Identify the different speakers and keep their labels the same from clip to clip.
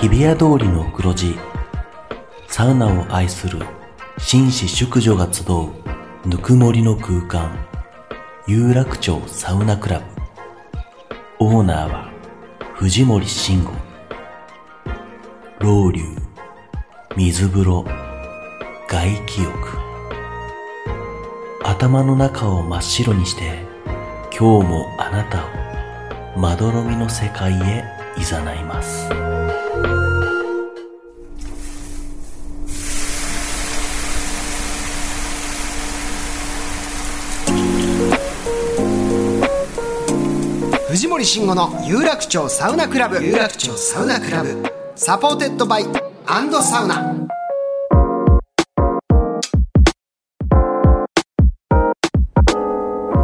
Speaker 1: 日比谷通りの黒字サウナを愛する紳士淑女が集うぬくもりの空間有楽町サウナクラブオーナーは藤森慎吾老流水風呂外気浴頭の中を真っ白にして今日もあなたをまどろみの世界へいざないます
Speaker 2: 藤森慎吾の有楽町サウナクラブ有楽町サウナクラブサポーテッドバイアンドサウナ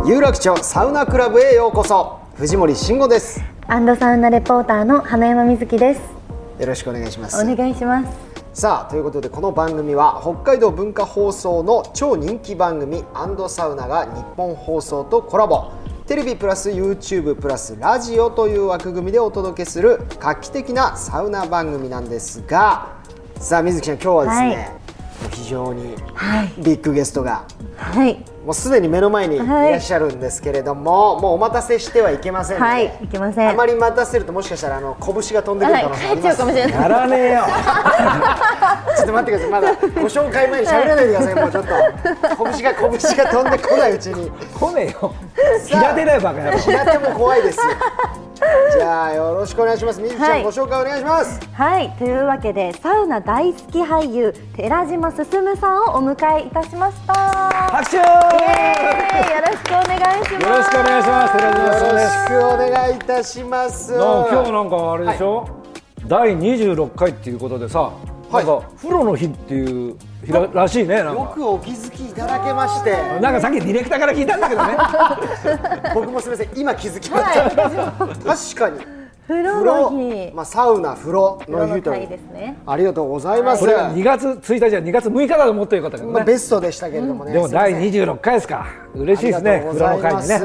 Speaker 2: 有楽町サウナクラブへようこそ藤森慎吾です
Speaker 3: アンドサウナレポーターの花山瑞希です。
Speaker 2: よろしくお願いしま
Speaker 3: お
Speaker 2: す
Speaker 3: 願いします。
Speaker 2: さあということでこの番組は北海道文化放送の超人気番組「アンドサウナ」が日本放送とコラボテレビプラス YouTube プラスラジオという枠組みでお届けする画期的なサウナ番組なんですがさあ水木ちゃん今日はですね、非常に
Speaker 3: はい。
Speaker 2: ビッグゲストが
Speaker 3: はい。
Speaker 2: もうすでに目の前にい
Speaker 3: はい
Speaker 2: らっしゃるんですけれども、もうお待たせしてはいけませんので、
Speaker 3: はい。いけません。
Speaker 2: あまり待たせるともしかしたらあの拳が飛んでくる可能性あ
Speaker 3: はい。帰
Speaker 2: り
Speaker 3: っちゃ
Speaker 2: ま
Speaker 3: う
Speaker 2: す
Speaker 3: かもしれない。
Speaker 4: やらねえよ。
Speaker 2: ちょっと待ってください、まだご紹介前に喋らないでください、もうちょっと。拳が拳が飛んでこないうちに。
Speaker 4: 来ねえよ。平手だよバカ野郎。
Speaker 2: 平手も怖いですよ。じゃあよろしくお願いします。みずちゃん、
Speaker 3: はい
Speaker 2: ご紹介お願いします。
Speaker 3: はい。というわけで、サウナ大好き俳優寺島進さんをお迎えいたしました。
Speaker 4: 拍手。よ
Speaker 3: イエーイよろしくお願いします。
Speaker 4: ろしくお願いします。寺
Speaker 2: よろ
Speaker 4: 島
Speaker 2: し
Speaker 4: さんです。
Speaker 2: くお願いいたします。
Speaker 4: なんか今日なんかあれでしょ。第26回っていうことでさ、
Speaker 2: はい
Speaker 4: なんか風呂の日っていう日ららしいね。なん
Speaker 2: よ
Speaker 4: か。
Speaker 2: くお気づきいただけまして、
Speaker 4: なんかさっきディレクターから聞いたんだけどね。
Speaker 2: 僕もすみません、今気づきました。確かに。
Speaker 3: 風呂
Speaker 2: 風
Speaker 3: の日。
Speaker 2: 呂、まあサウナ、風呂
Speaker 3: 風呂
Speaker 2: の
Speaker 3: の
Speaker 2: 日とい
Speaker 3: 会
Speaker 2: う
Speaker 3: で。すね。
Speaker 2: ありがとうございます
Speaker 4: こ。れが2月1日じゃ2月6日だと思ってよかったけど
Speaker 2: まあ
Speaker 4: ね。
Speaker 2: ベストでしたけれどもね。
Speaker 4: でも第26回ですか。嬉しいですね。風呂の会にね。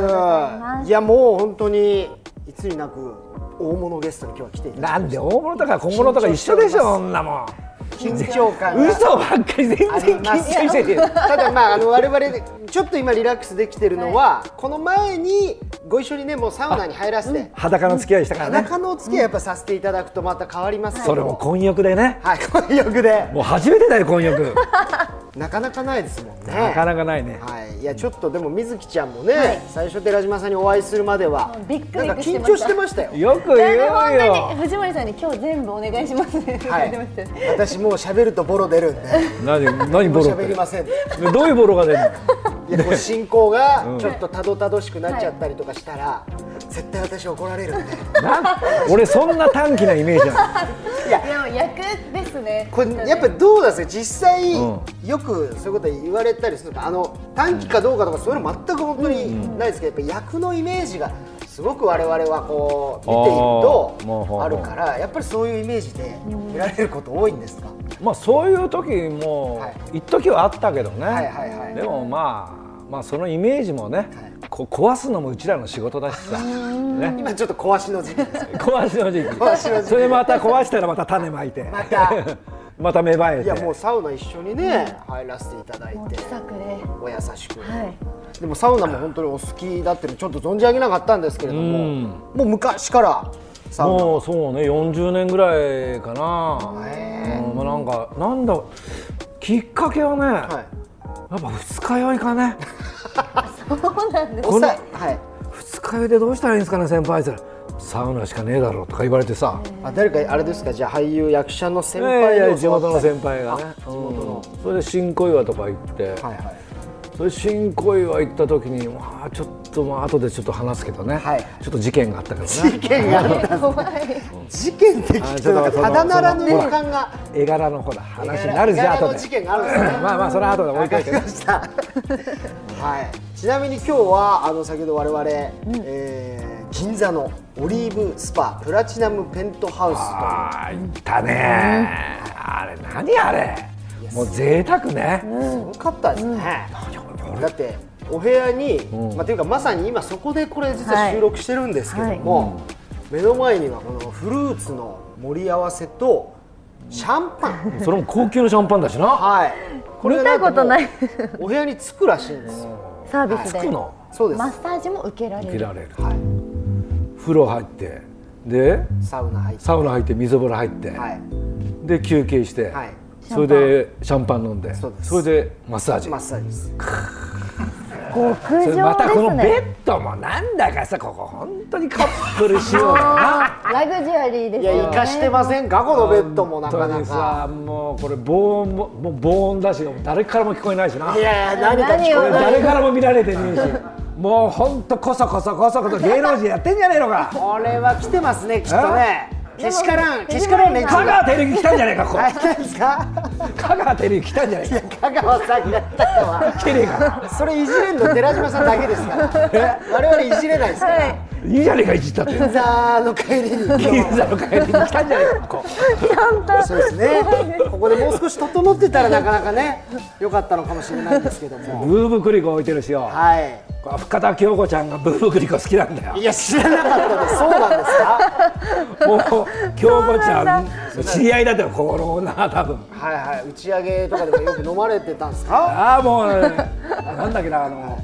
Speaker 2: いやもう本当にいつになく大物ゲストに今日は来ていただ
Speaker 4: なんで大物とか小物とか一緒でしょそんなもん。
Speaker 2: き緊張感が
Speaker 4: 嘘ばっかり全然
Speaker 2: あり
Speaker 4: 緊張
Speaker 2: ます
Speaker 4: してるよ。
Speaker 2: ただまああの我々ちょっと今リラックスできてるのは、この前にご一緒にねもうサウナに入らせて、
Speaker 4: 裸の付き合いしたからね
Speaker 2: 裸のお付き合いやっぱさせていただくとまた変わりますけど
Speaker 4: それも混浴でね
Speaker 2: はい混浴で
Speaker 4: もう初めてだよ混浴
Speaker 2: なかなかないですもんね
Speaker 4: なかなかないね
Speaker 2: はい、いやちょっとでも水木ちゃんもね、
Speaker 3: はい
Speaker 2: 最初寺島さんにお会いするまでは
Speaker 3: びっくり
Speaker 2: なんか
Speaker 3: して
Speaker 2: 緊
Speaker 3: ました
Speaker 2: 張してましたよ
Speaker 4: よく言う
Speaker 3: いや本当に
Speaker 4: よ
Speaker 3: 藤森さんに今日全部お願いしますね。
Speaker 2: は
Speaker 3: 言っ
Speaker 2: い
Speaker 3: てましたよ、
Speaker 2: 私もう喋るとボロ出るんで
Speaker 4: 何何ボロっ
Speaker 2: 喋
Speaker 4: て
Speaker 2: りません
Speaker 4: どういうボロが出るの
Speaker 2: いやこう進行がちょっとたどたどしくなっちゃったりとかしたら、絶対私怒られるんで
Speaker 4: な俺そんな短気なイメージない
Speaker 3: やもう役ですね。
Speaker 2: これやっぱどうなんですか実際、
Speaker 4: う
Speaker 2: よくそういうこと言われたりするとあの短期かどうかとかそういうの全く本当にないですけど、やっぱ役のイメージがすごく我々はこう見ている
Speaker 4: あーもうほうほ
Speaker 2: と
Speaker 4: う
Speaker 2: あるからやっぱりそういうイメージで見られること多いんですか、
Speaker 4: まあそういう時も
Speaker 2: はい
Speaker 4: 一時はあったけどね、
Speaker 2: はいはいはい
Speaker 4: でもまあまあそのイメージもね、こ壊すのもうちらの仕事だしさ、ね、
Speaker 2: 今ちょっと壊しの時期です
Speaker 4: 壊しの時期
Speaker 2: 壊しの時期
Speaker 4: それまた壊したらまた種まいて
Speaker 2: また
Speaker 4: また芽生えて
Speaker 2: いやもうサウナ一緒にね、入らせていただい
Speaker 3: もう
Speaker 2: て
Speaker 3: 気さくで。
Speaker 2: お優しく、
Speaker 3: はい。
Speaker 2: でもサウナも本当にお好きだっていうのちょっと存じ上げなかったんですけれども、もう昔からサウナ
Speaker 4: もうそうね40年ぐらいかな、
Speaker 2: へ
Speaker 4: うんまあ、なんかなんだきっかけはね、
Speaker 2: はい
Speaker 4: やっぱ二日酔いかね
Speaker 3: そうなんです。
Speaker 2: おさはい
Speaker 4: 二日酔いでどうしたらいいんですかね先輩って言ったらサウナしかねえだろうとか言われてさ、
Speaker 2: あ誰かあれですかじゃあ俳優役者の先
Speaker 4: いやい
Speaker 2: 輩
Speaker 4: や
Speaker 2: の
Speaker 4: 地元の先輩がね
Speaker 2: あ、地元の
Speaker 4: うんそれで新小岩とか行って、
Speaker 2: はいはい
Speaker 4: それで新小岩行った時にまあちょっとまあ後でちょっと話すけどね、
Speaker 2: はい
Speaker 4: ちょっと事件があったけど
Speaker 2: 事
Speaker 4: ね
Speaker 2: 件が
Speaker 3: 怖い。
Speaker 2: 事件って聞くとなんかただならぬ予感が
Speaker 4: 絵柄のほら話になるじ
Speaker 2: あ
Speaker 4: ゃん後
Speaker 2: の
Speaker 4: で
Speaker 2: 事件があるんですね
Speaker 4: まあまあそれは後で置いといて
Speaker 2: わかりましたはいちなみに今日はあの先ほど我々、えー銀座のオリーブスパプラチナムペントハウスと
Speaker 4: ああ行ったねあれ何あれもう贅沢ね
Speaker 2: すごかったですね、だってお部屋に、まあ、というかまさに今そこでこれ実は収録してるんですけども、目の前にはこのフルーツの盛り合わせとシャンパン、
Speaker 4: それも高級のシャンパンだしな
Speaker 2: はいこれんかもう
Speaker 3: 見たことない
Speaker 2: お部屋に着くらしいんですよ
Speaker 3: サービス
Speaker 4: つく
Speaker 3: で
Speaker 4: の
Speaker 2: そうです、
Speaker 3: マッサージも受けられ
Speaker 4: 受
Speaker 3: る
Speaker 4: けられる
Speaker 2: は
Speaker 4: 風呂入ってで
Speaker 2: い、サウナ入って
Speaker 4: サウナ入って水風呂入って、
Speaker 2: はい
Speaker 4: で休憩して、
Speaker 2: はい
Speaker 4: それでシャンパン飲んで
Speaker 2: そうです
Speaker 4: れでマッサージ
Speaker 2: マッサージです
Speaker 3: 極上で
Speaker 4: それまたこの
Speaker 3: す
Speaker 4: ベ
Speaker 3: ね
Speaker 4: ッドもなんだかさここ本当にカップル 仕様だな
Speaker 3: ラグジュアリーです
Speaker 2: いや
Speaker 3: よ
Speaker 2: 生か
Speaker 3: ね
Speaker 2: してませんかこのベッドもなか
Speaker 4: 本当
Speaker 2: な
Speaker 4: に
Speaker 2: か
Speaker 4: さもうこれ防音ももう防音だし誰からも聞こえないしない
Speaker 2: やいや何か聞
Speaker 3: 何
Speaker 2: こ
Speaker 3: を
Speaker 2: えない
Speaker 4: 誰からも見られてねえしもう本当こそこそこそこそ芸能人やってんじゃねえのか
Speaker 2: これは来てますねきっとねけしからん
Speaker 3: でも
Speaker 2: けしからん連中が
Speaker 4: 香川照之来たんじゃねえかここ
Speaker 2: はい何ですか
Speaker 4: 香川照之来たんじゃねえ
Speaker 2: 香川さんになったのは
Speaker 4: か来てねえか
Speaker 2: それいじれんの寺島さんだけですから我々いじれないですから、
Speaker 3: はい
Speaker 4: いいじゃねえかいじったって
Speaker 2: 銀座の帰りに
Speaker 4: 銀座の帰りに来たんじゃねえかここ
Speaker 2: そうですねここでもう少し整ってたらなかなかね良かったのかもしれないんですけども
Speaker 4: ブーブクリコ置いてるしよ
Speaker 2: は
Speaker 4: これ深田恭子ちゃんがブーブクリコ好きなんだよ
Speaker 2: いいや知らなかったですそうなんですか
Speaker 4: もう京子ちゃん知り合いだったよこの女は多分
Speaker 2: はいはい打ち上げとかでもよく飲まれてたんですか
Speaker 4: ああもうなんだっけなあの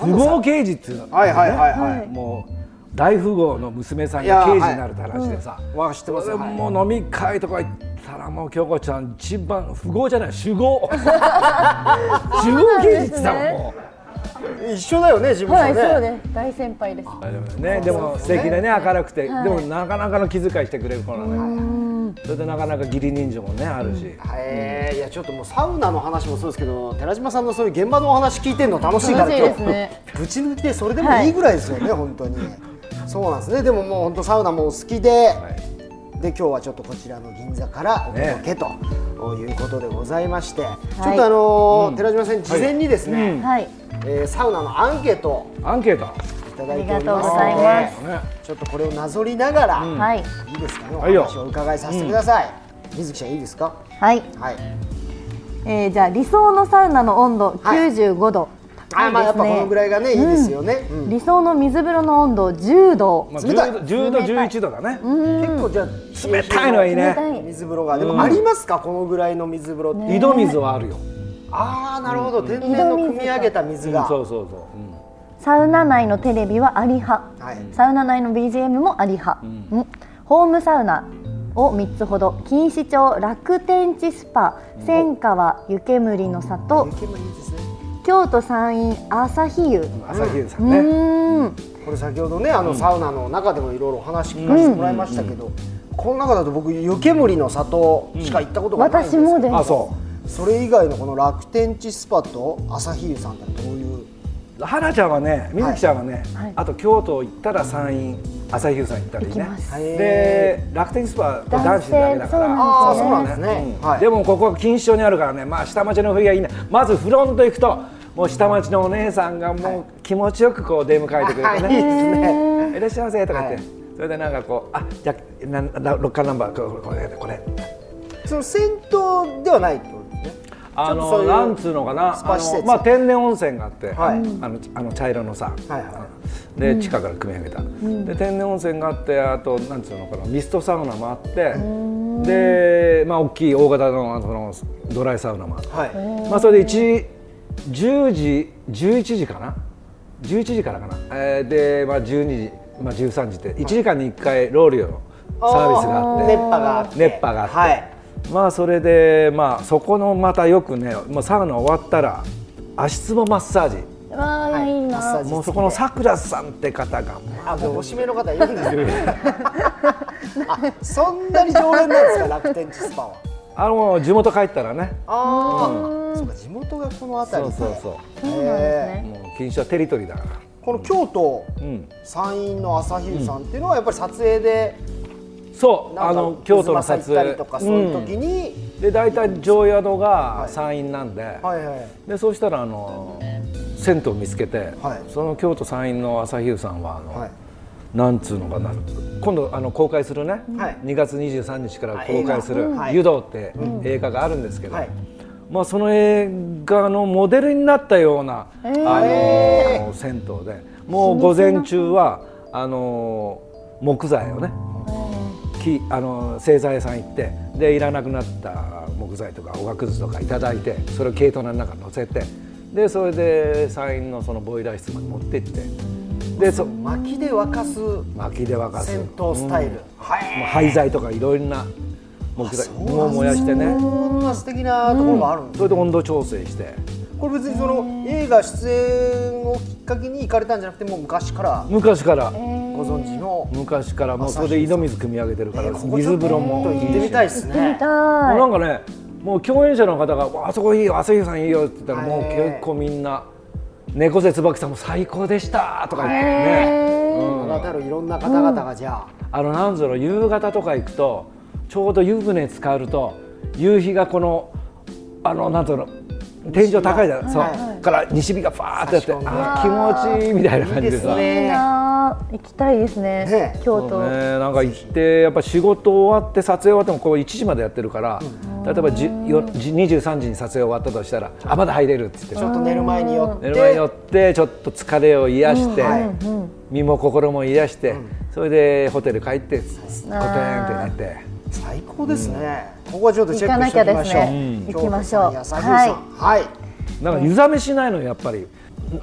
Speaker 4: 不合刑事っていうのがあ
Speaker 2: は
Speaker 4: る
Speaker 2: い
Speaker 4: んだ
Speaker 2: はい
Speaker 4: よね
Speaker 2: はいは
Speaker 4: もう大富豪の娘さんが刑事になるって話でさ、
Speaker 2: いわ知ってます
Speaker 4: それ
Speaker 2: よ、はい、
Speaker 4: もう飲み会とか行ったらもう京子ちゃん一番富豪じゃない主豪主豪刑事ってさもう
Speaker 2: 一緒だよね事務
Speaker 3: はい
Speaker 2: 所ね、
Speaker 3: そうです大先輩です
Speaker 4: 大丈夫だよねでも素敵でね明るくて、でもなかなかの気遣いしてくれる子なのよそれでなかなか義理人情もねあるし、
Speaker 2: えー、いやちょっともうサウナの話もそうですけど寺島さんのそういう現場のお話聞いてるの楽しいから
Speaker 3: 楽しいですね
Speaker 2: 今日ぶち抜きでそれでもいいぐらいですよね、本当にそうなんですねでももう本当サウナもお好きで、
Speaker 4: はい
Speaker 2: で今日はちょっとこちらの銀座からお届けということでございまして、ちょっとあのー寺島さん事前にですね、
Speaker 3: はい
Speaker 2: えーサウナのアンケート
Speaker 4: アンケート
Speaker 2: いただいております
Speaker 3: ありがとうございま
Speaker 2: ので
Speaker 4: ね
Speaker 2: ちょっとこれをなぞりながら、
Speaker 3: はい
Speaker 2: いいですかねお
Speaker 4: はいよ
Speaker 2: 話をお伺いさせてください、水木ちゃんいいですか
Speaker 3: はい
Speaker 2: はい
Speaker 3: えーじゃあ理想のサウナの温度
Speaker 2: はい
Speaker 3: 95度高いです
Speaker 2: あま
Speaker 3: ね、
Speaker 2: あやっぱこのぐらいがねいいですよね、うん
Speaker 3: 理想の水風呂の温度10度、
Speaker 4: まあ、
Speaker 2: 冷たい
Speaker 4: 10度10度11度だね、
Speaker 2: 結構じゃあ
Speaker 4: 冷たいのはいい
Speaker 3: 冷
Speaker 4: ね
Speaker 3: たい
Speaker 2: 水風呂がでもありますか、このぐらいの水風呂って、
Speaker 4: 井戸水はあるよ、
Speaker 2: ああなるほど、天然の汲み上げた水が、
Speaker 4: そうそうそう、うん
Speaker 3: サウナ内のテレビはアリ派、
Speaker 2: はい
Speaker 3: サウナ内の BGM もアリ派、んホームサウナを3つほど錦糸町楽天地スパ千川湯煙の里
Speaker 2: 湯煙いいですね
Speaker 3: 京都山陰朝日湯
Speaker 4: 朝日さんね、
Speaker 3: うん
Speaker 2: これ先ほどねあのサウナの中でもいろいろお話聞かせてもらいましたけど、この中だと僕湯煙の里しか行ったことがないんです
Speaker 3: 私
Speaker 2: けど、
Speaker 3: もです
Speaker 4: あそ
Speaker 2: それ以外のこの楽天地スパと朝日湯さんってどういう
Speaker 4: う花ちゃんはね水木ちゃんはね、
Speaker 3: はい
Speaker 4: あと京都行ったら山陰朝日さん行ったらいい
Speaker 3: 行
Speaker 4: ね
Speaker 3: きます
Speaker 4: で楽天スパは男子だけだから
Speaker 2: ああ
Speaker 3: 男
Speaker 2: ー
Speaker 3: 性
Speaker 2: そ
Speaker 3: そうう
Speaker 2: な
Speaker 3: な
Speaker 2: で
Speaker 3: んんですす
Speaker 2: ね、
Speaker 4: うんでもここ錦糸町にあるからね、まあ、下町の冬がいいねまずフロント行くともう下町のお姉さんがもう気持ちよくこう出迎えてくれて
Speaker 2: いいです
Speaker 4: ね
Speaker 2: ね
Speaker 4: 「いらっしゃいませ」とか言って、
Speaker 2: はい
Speaker 4: それでなんかこう「あじゃあななロッカーナンバーこれこれこれ」
Speaker 2: その銭湯ではないってことですね
Speaker 4: あ
Speaker 2: ちょっとそう
Speaker 4: の
Speaker 2: いう
Speaker 4: なんつうのかな
Speaker 2: スパ施設
Speaker 4: あのまあ、天然温泉があって、
Speaker 2: はい
Speaker 4: あのあの茶色のさ、
Speaker 2: はいは
Speaker 4: で地下から組み上げた、で天然温泉があってあとなんつうのかなミストサウナもあってで、まあ、大きい大型のあのそのドライサウナもあって、
Speaker 2: はい、
Speaker 4: まあ、それで1 10時11時かな11時からかな、えーで、まあ、12時、まあ、13時って1時間に1回ローリュのサービスがあって
Speaker 2: 熱波があって
Speaker 4: 熱波があって
Speaker 2: はい
Speaker 4: まあそれでまあそこのまたよくねもうサウナ終わったら足つぼマッサージ
Speaker 3: わあ、い、い
Speaker 2: マッサー
Speaker 3: な
Speaker 2: ジ
Speaker 4: もうそこのさくらさんって方が
Speaker 2: あもうおしめの方いるんです よあそんなに常連なんですか楽天地スパは
Speaker 4: あの地元帰ったらね
Speaker 2: あーあそうか地元がこの辺
Speaker 4: そ
Speaker 2: り
Speaker 4: う
Speaker 2: で
Speaker 4: そうそ
Speaker 3: そうなんですね
Speaker 4: うもう錦糸はテリトリーだから
Speaker 2: この京都、
Speaker 4: ん
Speaker 2: 山陰の朝日湯さんっていうのはやっぱり撮影で、
Speaker 4: そう
Speaker 2: なんか
Speaker 4: あの京都の撮
Speaker 2: 太秦行った
Speaker 4: 影
Speaker 2: りとかそういう時に、
Speaker 4: うんで大体常宿が
Speaker 2: い
Speaker 4: 山陰なんで、
Speaker 2: はいはい
Speaker 4: でそうしたらあの銭湯見つけて、
Speaker 2: はい
Speaker 4: その京都山陰の朝日湯さんはあの、
Speaker 2: はい
Speaker 4: なんつうのかな今度あの公開するね、
Speaker 2: はい
Speaker 4: 2月23日から公開
Speaker 2: あ映
Speaker 4: する
Speaker 2: 画は
Speaker 4: 「
Speaker 2: い
Speaker 4: 湯道」って映画があるんですけど、
Speaker 2: はい
Speaker 4: まあ、その映画のモデルになったような、あの銭湯でもう午前中はあの木材をねきあの製材屋さん行ってでいらなくなった木材とかおがくずとかいただいてそれを軽トラの中に乗せてでそれで山陰のそのボイラー室まで持って行ってでそ
Speaker 2: 薪で沸かす
Speaker 4: 薪で沸かす
Speaker 2: 戦闘スタイル、はい
Speaker 4: もう廃材とかいろんな木材を燃やしてね
Speaker 2: こんな素敵なところがあるんです
Speaker 4: それで温度調整して
Speaker 2: これ別にその映画出演をきっかけに行かれたんじゃなくてもう昔から
Speaker 4: 昔から
Speaker 2: ご存知の、
Speaker 4: 昔からもうそれで井戸水汲み上げてるから
Speaker 2: えーここ
Speaker 4: 水風呂も
Speaker 2: ちょっと行ってみたいです
Speaker 3: 行って
Speaker 2: ね
Speaker 3: みたい
Speaker 4: もうなんかねもう共演者の方がわ「あそこいいよ朝日さんいいよ」って言ったらもう
Speaker 2: はい
Speaker 4: 結構みんな「猫背椿さんも最高でした」とか言ってね、うん
Speaker 2: 名だたるいろんな方々がじゃあ、
Speaker 4: あのなんぞの夕方とか行くとちょうど湯船浸かると夕日がこのあのなんぞの天井高いじゃない、そう、
Speaker 2: は
Speaker 4: から西日がファーってやって
Speaker 2: 差し込んで
Speaker 4: あー気持ちいいみたいな感じでさ。
Speaker 2: いい
Speaker 3: いいなあ行きたいですね
Speaker 2: ねえ
Speaker 3: 京
Speaker 4: そう
Speaker 3: 都、
Speaker 4: ね、なんか行ってやっぱ仕事終わって撮影終わってもこう1時までやってるから、例えばじよじ23時に撮影終わったとしたらあまだ入れるっつって
Speaker 2: ちょっと寝る前に寄って
Speaker 4: 寝る前に寄ってちょっと疲れを癒して、
Speaker 2: はい
Speaker 4: 身も心も癒して、それでホテル帰ってコテンってなって
Speaker 2: 最高ですね、ここはちょっとチェックしていきましょう、
Speaker 3: 行かなきゃですね
Speaker 2: 京都
Speaker 3: 行きましょ
Speaker 2: さ
Speaker 3: う
Speaker 2: んやさんはい、
Speaker 4: なんか湯冷めしないのやっぱり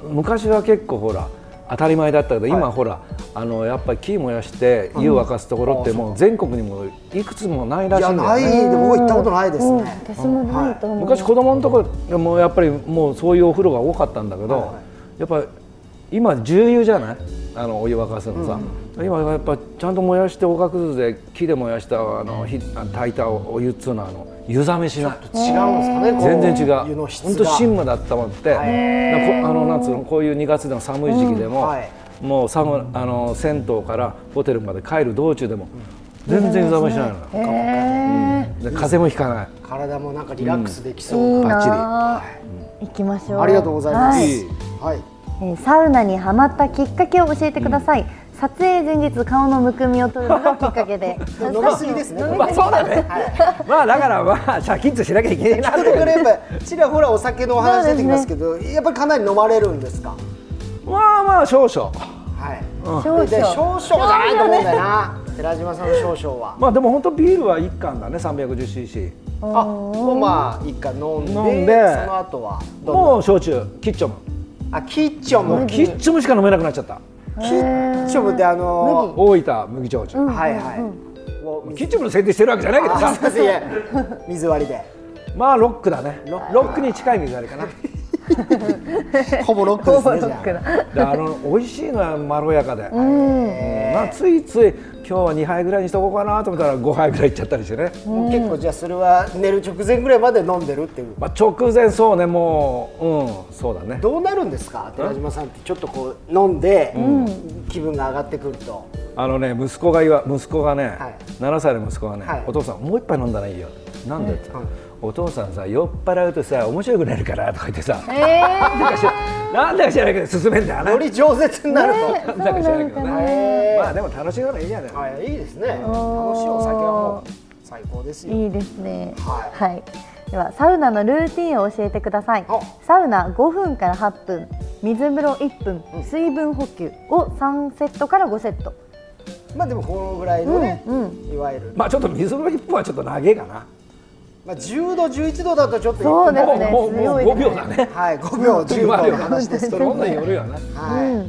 Speaker 4: む昔は結構ほら当たり前だったけど、今ほらあのやっぱり木燃やして湯沸かすところってもう全国にもいくつもないら
Speaker 2: い
Speaker 4: しい
Speaker 2: や
Speaker 4: んだよ
Speaker 2: ない
Speaker 4: ね。
Speaker 2: で僕行ったことないです
Speaker 3: うん、
Speaker 2: ね、
Speaker 3: 私もないと思う、
Speaker 4: 昔子供のところもやっぱりもうそういうお風呂が多かったんだけど、やっぱ今重油じゃないあのお湯沸かすのさ、今はやっぱちゃんと燃やしておがくずで木で燃やしたあの火あ炊いたお湯っつうのはあの湯冷めしな
Speaker 2: 違
Speaker 4: い
Speaker 2: うんですかねこう
Speaker 4: 全然違
Speaker 2: 湯
Speaker 4: う
Speaker 2: の質
Speaker 4: 本
Speaker 2: が
Speaker 4: 当芯まで温まってなんかこあのなんつうのこういう2月での寒い時期でも、
Speaker 2: うんはい
Speaker 4: もう寒あの銭湯からホテルまで帰る道中でも全然湯冷めしないのよ、
Speaker 3: へえ
Speaker 4: で風邪もひかない
Speaker 2: 体もなんかリラックスできそう、
Speaker 3: いい
Speaker 4: バッチリ
Speaker 3: なあ行きましょう
Speaker 2: ありがとうございます、
Speaker 3: は
Speaker 2: はい
Speaker 4: い
Speaker 2: はい、
Speaker 3: えーサウナにハマったきっかけを教えてください、撮影前日顔のむくみを取るのがきっかけで
Speaker 2: 飲みすぎですね
Speaker 3: 飲み
Speaker 2: これ
Speaker 4: まあそうだね。 まあだからまあシャキッとしなきゃいけないな
Speaker 2: これから やっぱちらほらお酒のお話出てきますけどやっぱりかなり飲まれるんですか
Speaker 4: まあまあ少々。
Speaker 2: はい、
Speaker 3: 少々
Speaker 2: で少々じゃないと思うんだよな寺島さんの少々は
Speaker 4: まあでも本当ビールは一缶だね 310cc。
Speaker 2: あもうまあ一回飲んで
Speaker 4: 飲んで
Speaker 2: その後はどんな
Speaker 4: もう焼酎キッチョム。
Speaker 2: あキッチョ
Speaker 4: も
Speaker 2: ム
Speaker 4: うキッチョムしか飲めなくなっちゃった。
Speaker 2: キッチョムってあの
Speaker 4: 大分麦焼酎。
Speaker 2: はいはいを
Speaker 4: キッチョムの設定してるわけじゃないけど
Speaker 2: あすいま
Speaker 4: さ。
Speaker 2: せんいや水割りで
Speaker 4: まあロックだね。
Speaker 2: ロック
Speaker 4: ロックに近い水ありかな。
Speaker 2: ほぼロックですねじゃ
Speaker 4: であの美味しいのはまろやかで。うんまあついつい今日は2杯ぐらいにしとこうかなと思ったら5杯ぐらいいっちゃったりしてね。
Speaker 2: あもう結構じゃあそれは寝る直前ぐらいまで飲んでるっていう
Speaker 4: まあ直前そうねもううんそうだね。
Speaker 2: どうなるんですか寺島さんってちょっとこう飲んで気分が上がってくると
Speaker 4: あのね息子が言わ息子がね、
Speaker 2: はい
Speaker 4: 7歳の息子がね、
Speaker 2: はい
Speaker 4: お父さんもう一杯飲んだらいいよなんでって、
Speaker 2: はい
Speaker 4: お父さんさ酔っ払うとさ面白くなるからとか言ってさ
Speaker 3: えー
Speaker 4: なんか知らなんだか知らないけど進めんだよ
Speaker 2: よ
Speaker 4: ね
Speaker 2: り饒舌になると、
Speaker 4: なんだか知らないけどね
Speaker 2: へー
Speaker 4: まあでも楽しいからいいじゃない、
Speaker 2: はい、いいですね。楽しいお酒はもう最高ですよ。
Speaker 3: いいですね
Speaker 2: は
Speaker 3: はい、ではサウナのルーティンを教えてください
Speaker 2: お
Speaker 3: サウナ5分から8分水風呂1分、水分補給を3セットから5セット
Speaker 2: まあでもこのぐらいのね、いわゆる
Speaker 4: まあちょっと水風呂一本はちょっと長えかな
Speaker 2: まあ10度11度だとちょっと
Speaker 3: そうですね
Speaker 4: もうもうも
Speaker 3: 強
Speaker 4: う
Speaker 3: いですね
Speaker 4: 5秒だね
Speaker 2: はい、5秒10
Speaker 4: まあ
Speaker 2: 秒
Speaker 4: でも
Speaker 2: の話ですけ
Speaker 4: そ
Speaker 2: ど
Speaker 4: ん
Speaker 2: も
Speaker 4: なん
Speaker 2: ね。
Speaker 4: よるよね
Speaker 2: は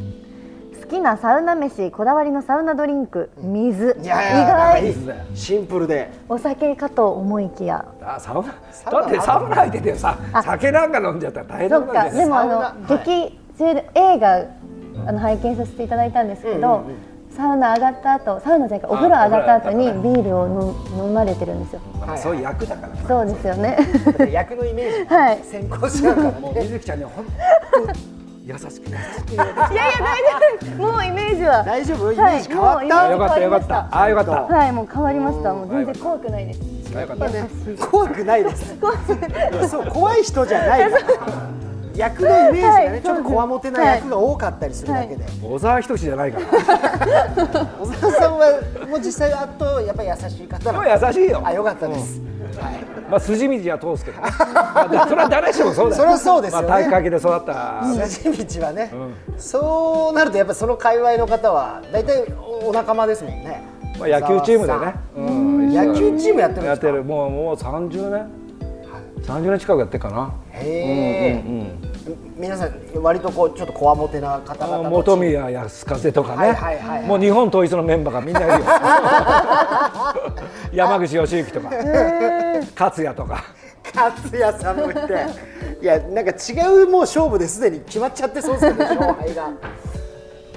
Speaker 3: 好きなサウナ飯こだわりのサウナドリンク水
Speaker 2: い。
Speaker 3: 意
Speaker 2: いやいやなんかいいで
Speaker 3: 外
Speaker 2: すね。シンプルで。
Speaker 3: お酒かと思いきや
Speaker 4: あサウナ
Speaker 2: ウナ
Speaker 4: だってサウナ入っててさ
Speaker 3: あ
Speaker 4: 酒なんか飲んじゃったら大変
Speaker 3: そ
Speaker 4: な
Speaker 3: っ
Speaker 4: ことな
Speaker 3: か
Speaker 4: んだ
Speaker 3: で
Speaker 4: よ
Speaker 3: も
Speaker 2: サ
Speaker 3: あの、
Speaker 2: ウナは
Speaker 3: 劇中で映画あの拝見させていただいたんですけど、サウナ上がった後サウナじゃないかお風呂上がった後にビールを飲飲まれてるんですよ
Speaker 4: まあそういう役だからさ
Speaker 3: そうですよね
Speaker 2: 役のイメージ。
Speaker 3: はい
Speaker 2: 先行しながら
Speaker 4: も
Speaker 2: ね
Speaker 4: う。水木ちゃんには本当優しく優しく
Speaker 3: いやいや大丈夫もうイメージは
Speaker 2: 大丈夫
Speaker 3: はい
Speaker 2: イメージ変わった
Speaker 4: よかったよかった。あーよかった。
Speaker 3: はいもう変わりましたもう全然怖くないです
Speaker 4: よかったね。
Speaker 2: 怖くないです。そう、怖い人じゃないから。役のイメージが
Speaker 3: は
Speaker 2: ね、
Speaker 3: い
Speaker 2: ちょっとこわもてな役が多かったりするだけで。
Speaker 4: 小沢仁志じゃないから。
Speaker 2: 小沢さんはもう実際あとやっぱり優しい方
Speaker 4: で
Speaker 2: な
Speaker 4: も
Speaker 2: の
Speaker 4: 優しいよ
Speaker 2: あ。よかったです、
Speaker 4: まあ筋道は通すけどね。まあそれは誰しもそうだよ。
Speaker 2: それはそうですよね
Speaker 4: まあ体格で育った。
Speaker 2: 筋道はね、そうなるとやっぱその界隈の方は大体お仲間ですもんね
Speaker 4: まあ、野球チームでね、うん
Speaker 2: 野球チームやってるんで
Speaker 4: や
Speaker 2: す
Speaker 4: っ
Speaker 2: か
Speaker 4: てるもうもう30年30年近くやってるかな
Speaker 2: へえ、
Speaker 4: うんうんうん
Speaker 2: 皆さん割とこうちょっとこわもてな方々たち
Speaker 4: 本宮康風とかね、
Speaker 2: はいはいはいはい
Speaker 4: もう日本統一のメンバーがみんないるよ 山口義行とか勝也とか
Speaker 2: 勝也さんもいていやなんか違うもう勝負ですでに決まっちゃってそうですけど勝敗が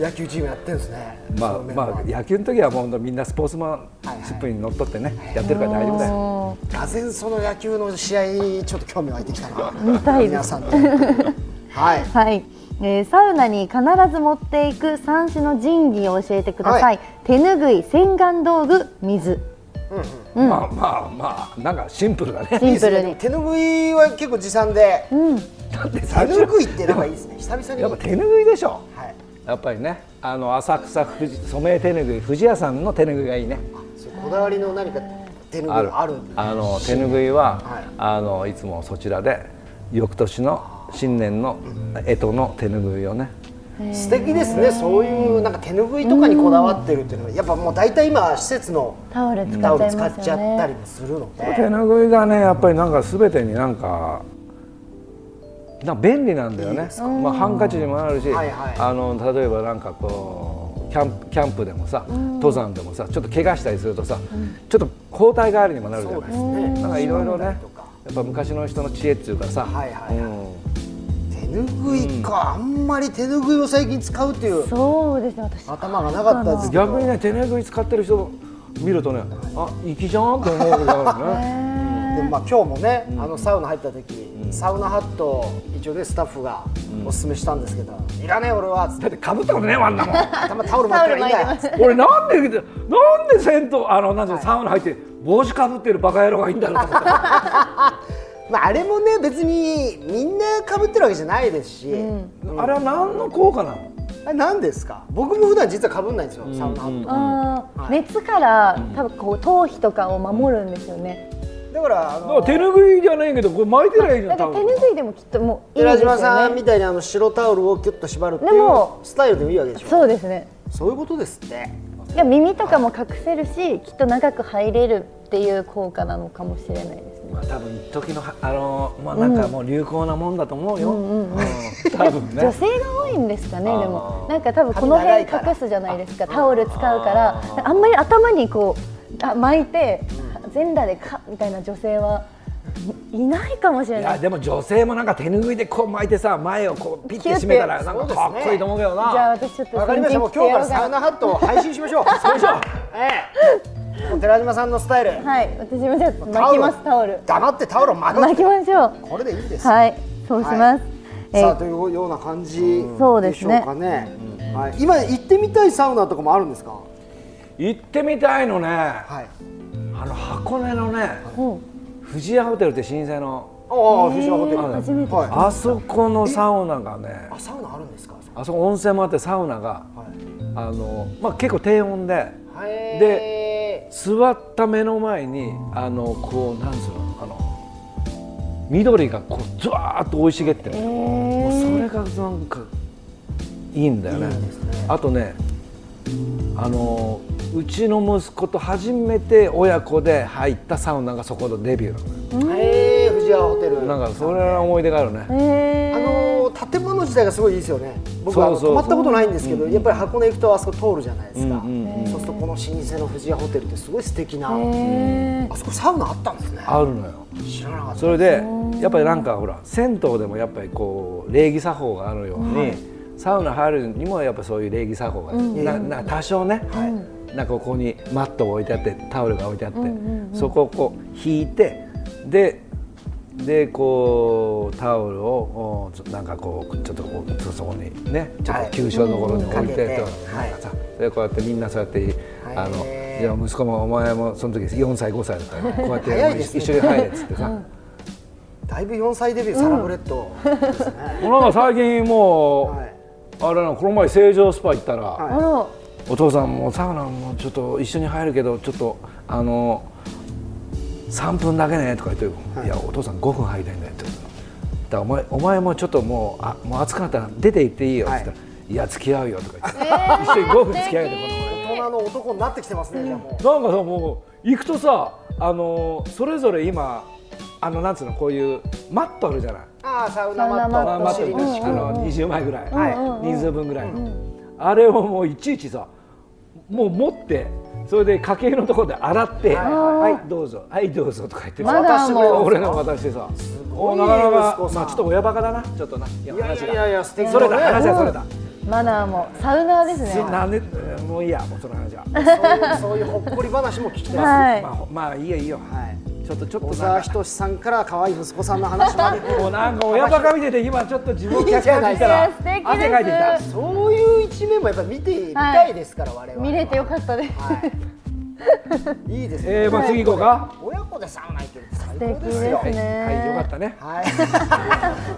Speaker 2: 野球チームやってるんですね
Speaker 4: まあ
Speaker 2: そのメンバー
Speaker 4: まあ野球の時はもうみんなスポーツマンシップにのっとってね、やってるから大丈夫だよ
Speaker 2: がぜんその野球の試合にちょっと興味湧いてきたな
Speaker 3: 見たいです
Speaker 2: 皆さんとはい
Speaker 3: はい、えーサウナに必ず持っていく三種の神器を教えてください、
Speaker 2: はい
Speaker 3: 手ぬぐい洗顔道具水
Speaker 4: まあまあまあなんかシンプルだね
Speaker 3: シンプル
Speaker 2: いい
Speaker 3: に
Speaker 2: ですねでも手拭いは結構持参で、
Speaker 4: だって
Speaker 2: 手
Speaker 4: 30
Speaker 2: 拭いってなんかいいですね久々に
Speaker 4: やっぱ手ぬぐいでしょ
Speaker 2: はい
Speaker 4: やっぱりねあの浅草富士染め手ぬぐい富士屋さんの手ぬぐいがいいね
Speaker 2: そうこだわりの何か手拭い
Speaker 4: ある
Speaker 2: あるんで
Speaker 4: あの手ぬぐいは、
Speaker 2: はい
Speaker 4: い、あのいつもそちらで翌年の新年の干支の手ぬぐいをね
Speaker 2: 素敵ですねそういうなんか手拭いとかにこだわってるっていうのはやっぱもう大体今施設の
Speaker 3: タオル使っち
Speaker 2: タ
Speaker 3: ゃ
Speaker 2: オル
Speaker 3: い
Speaker 2: 使っ
Speaker 3: ます
Speaker 2: ちゃ
Speaker 3: よ
Speaker 2: ったり
Speaker 3: ね
Speaker 2: もするので
Speaker 4: 手ぬぐいがねやっぱりなんか全てになんかなんか便利なんだよねまあ、ハンカチにもなるし、
Speaker 2: はいはい
Speaker 4: あの例えばなんかこうキャンプキャンプでもさ登山でもさちょっと怪我したりするとさ、ちょっと包帯代わりにもなるじゃないですか
Speaker 2: そうですね
Speaker 4: なんかいろいろね
Speaker 2: うん
Speaker 4: やっぱ昔の人の知恵っていうかさ、
Speaker 2: はいはいはい
Speaker 4: うん
Speaker 2: 手拭いかあんまり手拭いを最近使うっていう
Speaker 3: そうですね私
Speaker 2: 頭がなかったですけど
Speaker 4: 逆にね手ぬぐい使ってる人見るとねあ粋じゃんって思うことがあるね
Speaker 2: でもまあ今日もね、あのサウナ入った時、サウナハットを一応ねスタッフがおすすめしたんですけど、いらねえ俺はつっ
Speaker 4: だっててかぶったことねえわあんなもん
Speaker 2: 頭タオル巻いてりゃいいんだよ
Speaker 4: 俺なんでなんで銭湯あのなんていうのサウナ入って帽子かぶってるバカ野郎がいいんだろうと思って
Speaker 2: まああれもね別にみんな被ってるわけじゃないですし、
Speaker 4: あれは何の効果なの
Speaker 2: あれ何ですか僕も普段実は被んないんですよ、サウナハット、
Speaker 3: あー、
Speaker 2: はい
Speaker 3: 熱から多分こう頭皮とかを守るんですよね、
Speaker 2: だからあ
Speaker 4: だから
Speaker 2: の
Speaker 4: 手ぬぐいじゃないけどこれ巻いてりゃいいじゃ
Speaker 3: だ
Speaker 4: ん
Speaker 3: から
Speaker 4: 多
Speaker 3: 手
Speaker 4: 分
Speaker 3: ぬぐいでもきっともういいで
Speaker 2: 寺
Speaker 3: す
Speaker 2: 島さ
Speaker 3: よ
Speaker 2: ん
Speaker 3: ね
Speaker 2: みたいにあの白タオルをキュッと縛るってい
Speaker 3: で
Speaker 2: う
Speaker 3: も
Speaker 2: スタイルでもいいわけでしょ
Speaker 3: そうですね
Speaker 2: そういうことですって
Speaker 3: いや耳とかも隠せるしきっと長く入れるっていう効果なのかもしれないですね
Speaker 4: まあ多分一時のはあのまあなんかもう流行なもんだと思うよ、うん多分
Speaker 3: 女
Speaker 4: ね
Speaker 3: 性が多いんですかねでも
Speaker 4: あー
Speaker 3: なんか多分この辺隠すじゃないですかタオル使うからあんまり頭にこうあ巻いて全裸でかみたいな女性はいいないかもしれ
Speaker 4: い
Speaker 3: な
Speaker 4: や
Speaker 3: い
Speaker 4: でも女性もなんか手ぬぐいでこう巻いてさ前をこうピッて締めたらなんかかっこいいと思うけどな、
Speaker 3: じゃあ私ちょっと
Speaker 2: わかりましたもう今日からサウナハットを配信しましょ うそうしましょうええもう寺島さんのスタイル
Speaker 3: はい私もじゃあ巻きますタオル
Speaker 2: 黙ってタオルを巻く
Speaker 3: 巻きましょう
Speaker 2: これでいいですよ、
Speaker 3: はいそうしますえ
Speaker 2: さあ
Speaker 3: ー
Speaker 2: というような感じ
Speaker 3: そう
Speaker 2: で
Speaker 3: で
Speaker 2: し
Speaker 3: す
Speaker 2: ょ
Speaker 3: ね
Speaker 2: うかね、はい、今行ってみたいサウナとかもあるんですか
Speaker 4: 行ってみたいのね、
Speaker 2: はい
Speaker 4: あの箱根のね
Speaker 3: ほ
Speaker 4: 富士屋ホテルって新鮮の
Speaker 2: ああ藤山ホテル、
Speaker 4: あの
Speaker 3: 初めて知っ
Speaker 2: はい、
Speaker 4: あそこのサウナがね
Speaker 2: あサウナあるんですか
Speaker 4: あそこ温泉もあってサウナがあの、まあ、結構低温で
Speaker 2: はいで
Speaker 4: で座った目の前にあのこうなんつうのあの緑がこうずわーっと生い茂ってる、もうそれがなんかいいんだよねあとねあのうちの息子と初めて親子で入ったサウナがそこのデビューなのよ
Speaker 2: へえ藤山ホテル
Speaker 4: なんかそれは思い出があるね
Speaker 3: えー
Speaker 2: あのー建物自体がすごいいいですよね僕はあの
Speaker 4: そうそう
Speaker 2: 泊まったことないんですけどやっぱり箱根行くとあそこ通るじゃないですか、
Speaker 4: うんうん
Speaker 2: そうするとこの老舗の藤屋ホテルってすごい素敵な、
Speaker 3: へ
Speaker 2: あそこサウナあったんですね
Speaker 4: あるのよ
Speaker 2: 知らなかった
Speaker 4: それでやっぱりなんかほら銭湯でもやっぱりこう礼儀作法があるように、サウナ入るにもやっぱそういう礼儀作法が、なな多少ね、なんかここにマットを置いてあってタオルが置いてあって、そこをこう引いてででこうタオルをおちょなんかこうちょっとこうそこにねちょっと急所のところに置いて,、
Speaker 2: はい
Speaker 4: と
Speaker 2: はい
Speaker 4: なんかさでこうやってみんなそうやって、
Speaker 2: はい
Speaker 4: あのじゃあ息子もお前もその時4歳5歳だったから、こうやって
Speaker 2: 早いですね
Speaker 4: 一緒に入れっつってさ。
Speaker 2: だいぶ4歳デビューサラブレッドですね、
Speaker 4: なんか最近もう、
Speaker 2: はい
Speaker 4: あれなのこの前成城スパ行ったら、
Speaker 2: はい
Speaker 3: あら
Speaker 4: お父さんもうサウナもちょっと一緒に入るけどちょっとあの3分だけねとか言って、い、やお父さん5分入りたいんだよって言うだからお前お前もちょっともうあもう暑くなったら出て行っていいよって言ったら、い、や付き合うよとか言って、一緒に5分付き合えてこの
Speaker 2: 大
Speaker 4: 前
Speaker 2: 人の男になってきてますね、じゃあもう
Speaker 4: なんかさもう行くとさあのそれぞれ今あのなんつうのこういうマットあるじゃない
Speaker 2: ああサウナマ
Speaker 3: サウ
Speaker 4: まあ
Speaker 2: ット
Speaker 4: マ
Speaker 2: お
Speaker 4: ット
Speaker 2: 尻
Speaker 4: に
Speaker 2: と
Speaker 4: あ
Speaker 2: 敷
Speaker 4: の20枚ぐらい、
Speaker 2: はい
Speaker 4: 人数分ぐらいの、あれをもういちいちさもう持ってそれで家計のところで洗って「
Speaker 2: は
Speaker 4: はいい、
Speaker 2: はい
Speaker 4: どうぞはいどうぞ」とか言って
Speaker 3: マナーも
Speaker 4: 俺の渡してさ
Speaker 2: ごい
Speaker 4: おなかな
Speaker 2: 息子
Speaker 4: か
Speaker 2: さん
Speaker 4: まあちょっと親バカだなちょっとない
Speaker 2: やい
Speaker 4: 話
Speaker 2: や
Speaker 4: が
Speaker 2: いやいや素敵
Speaker 4: それだ
Speaker 2: だ
Speaker 4: 話
Speaker 2: ね
Speaker 4: はそれだ、
Speaker 3: マナーもサウナーですね
Speaker 4: そなんでもういいやもうその話は、ま
Speaker 2: そういうそういうほっこり話も聞きたいですね
Speaker 3: はい
Speaker 4: あ、ほまあいいよいいよちょっとちょっと
Speaker 2: 小沢
Speaker 4: なんか
Speaker 2: 仁志さんから可愛い息子さんの話まで
Speaker 4: もうなんか親バカ見てて今ちょっと自分を客観視した
Speaker 3: い
Speaker 4: ら
Speaker 3: や素敵です
Speaker 4: 汗かいてきた
Speaker 2: そういう一面もやっぱ見てみたいですから、我々は
Speaker 3: 見れてよかったです、
Speaker 2: はい、いいですね、
Speaker 4: えーまあ次行こうか
Speaker 2: 親子でサウナ行けるって最
Speaker 3: 素
Speaker 2: 高
Speaker 3: 敵
Speaker 2: で
Speaker 3: ですす
Speaker 2: よ
Speaker 3: ね、
Speaker 4: はいよかったね
Speaker 2: はい、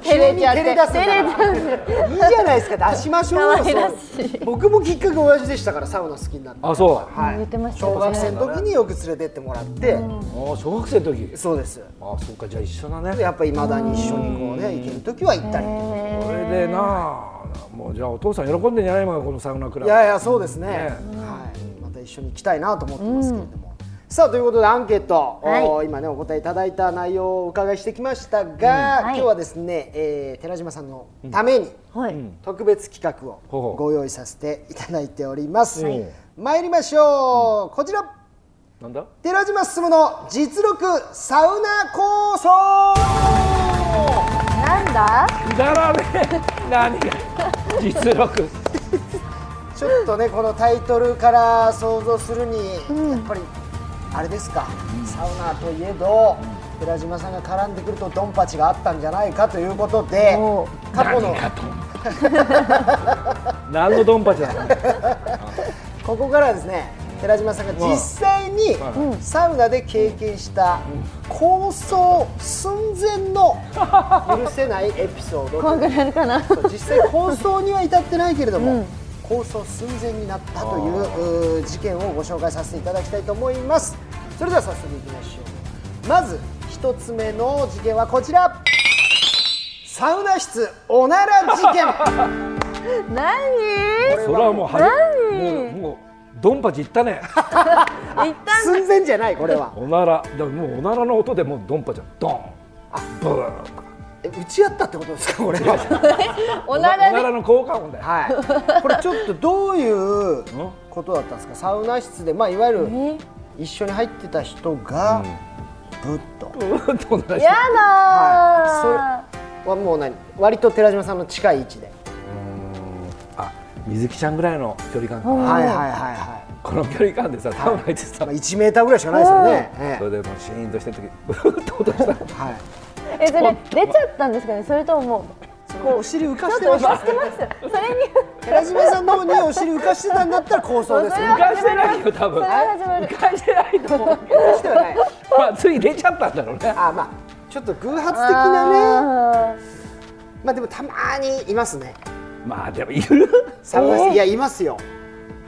Speaker 3: 照れちゃって
Speaker 2: 急に照れ出すんだ
Speaker 3: 照れちゃう
Speaker 2: いいじゃないですか出しましょうよ
Speaker 3: 可愛らしい
Speaker 2: そう僕もきっかけ親父でしたからサウナ好きになって
Speaker 4: あそう
Speaker 2: はい
Speaker 3: 言ってましたね
Speaker 2: 小学生の時によく連れてってもらって、
Speaker 4: あ小学生の時
Speaker 2: そうです
Speaker 4: あそっかじゃあ一緒だね
Speaker 2: でやっぱり未だに一緒にこうね行ける時は行ったり、
Speaker 4: それでなあもうじゃあお父さん喜んでんじゃないのかこのサウナクラ
Speaker 2: い
Speaker 4: ブ
Speaker 2: やいやそうですね
Speaker 4: ね
Speaker 2: はい、また一緒に行きたいなと思ってますけれども、さあということでアンケート、
Speaker 3: はい
Speaker 2: おー今ねお答えいただいた内容をお伺いしてきましたが、
Speaker 3: うんは
Speaker 2: 今
Speaker 3: い
Speaker 2: 日はですね、えー寺島さんのために、
Speaker 3: はい、
Speaker 2: 特別企画
Speaker 4: ほうほ
Speaker 2: を
Speaker 4: う
Speaker 2: ご用意させていただいております、
Speaker 4: はい
Speaker 2: 参りましょう、こちら
Speaker 4: なんだ
Speaker 2: 寺島進の実力サウナ構想
Speaker 3: なんだ
Speaker 4: くだらねえ何が実力
Speaker 2: ちょっとねこのタイトルから想像するに、やっぱりあれですか、サウナーといえど、寺島さんが絡んでくるとドンパチがあったんじゃないかということで
Speaker 3: おう
Speaker 2: 過去の
Speaker 4: 何がと何のドンパチだろう
Speaker 2: ここからはですね寺島さんが実際に
Speaker 4: う
Speaker 2: サウナで経験した構想寸前の許せないエピソード
Speaker 3: 怖
Speaker 2: と
Speaker 3: く
Speaker 2: いう
Speaker 3: なるかな
Speaker 2: そう実際構想には至ってないけれども、構想寸前になったといううー事件をご紹介させていただきたいと思いますそれでは早速いきましょうまず一つ目の事件はこちらサウナ室おなら事件
Speaker 3: 何
Speaker 4: それはもうはじもうもうドンパチいったね
Speaker 3: 言ったん
Speaker 2: 寸前じゃないこれは
Speaker 4: おならだからもうおならの音でもうドンパチだドンブーン
Speaker 2: え打ち合ったってことですかこれ は
Speaker 3: おなら
Speaker 4: おな
Speaker 3: で
Speaker 4: らの効果音だよ
Speaker 2: はいこれちょっとどういうことだったんですかサウナ室でまあいわゆる一緒に入ってた人がぶっと、
Speaker 4: ブーンと同じ
Speaker 3: やだ
Speaker 2: はもう何割と寺島さんの近い位置で
Speaker 4: あ水木ちゃんぐらいの距離感かな
Speaker 2: はいはいはいはい。
Speaker 4: この距離感でさサウナ行ってさ
Speaker 2: まあ一メーターぐらいしかないですよね。え
Speaker 4: それでもうシーンとしてる時ブーンと音した
Speaker 2: えはい。
Speaker 3: ーえそれ出ちゃったんですかねそれともも
Speaker 2: こうお尻浮か
Speaker 3: うち
Speaker 2: し
Speaker 3: ょって
Speaker 2: ま
Speaker 3: と押
Speaker 2: し。
Speaker 3: した付けましたそれに
Speaker 2: 寺島さんの方にお尻浮かしてたんだったら構想ですよ。浮
Speaker 3: それは
Speaker 4: 返してないよ多分
Speaker 3: それが始まる
Speaker 4: 返してないと思うけど
Speaker 2: かしてはない。
Speaker 4: まあつい出ちゃったんだろうね
Speaker 2: あまあちょっと偶発的なね。
Speaker 3: ね
Speaker 2: まあでもたまにいますね。
Speaker 4: まあでもいる
Speaker 2: サウナ室いやいますよ。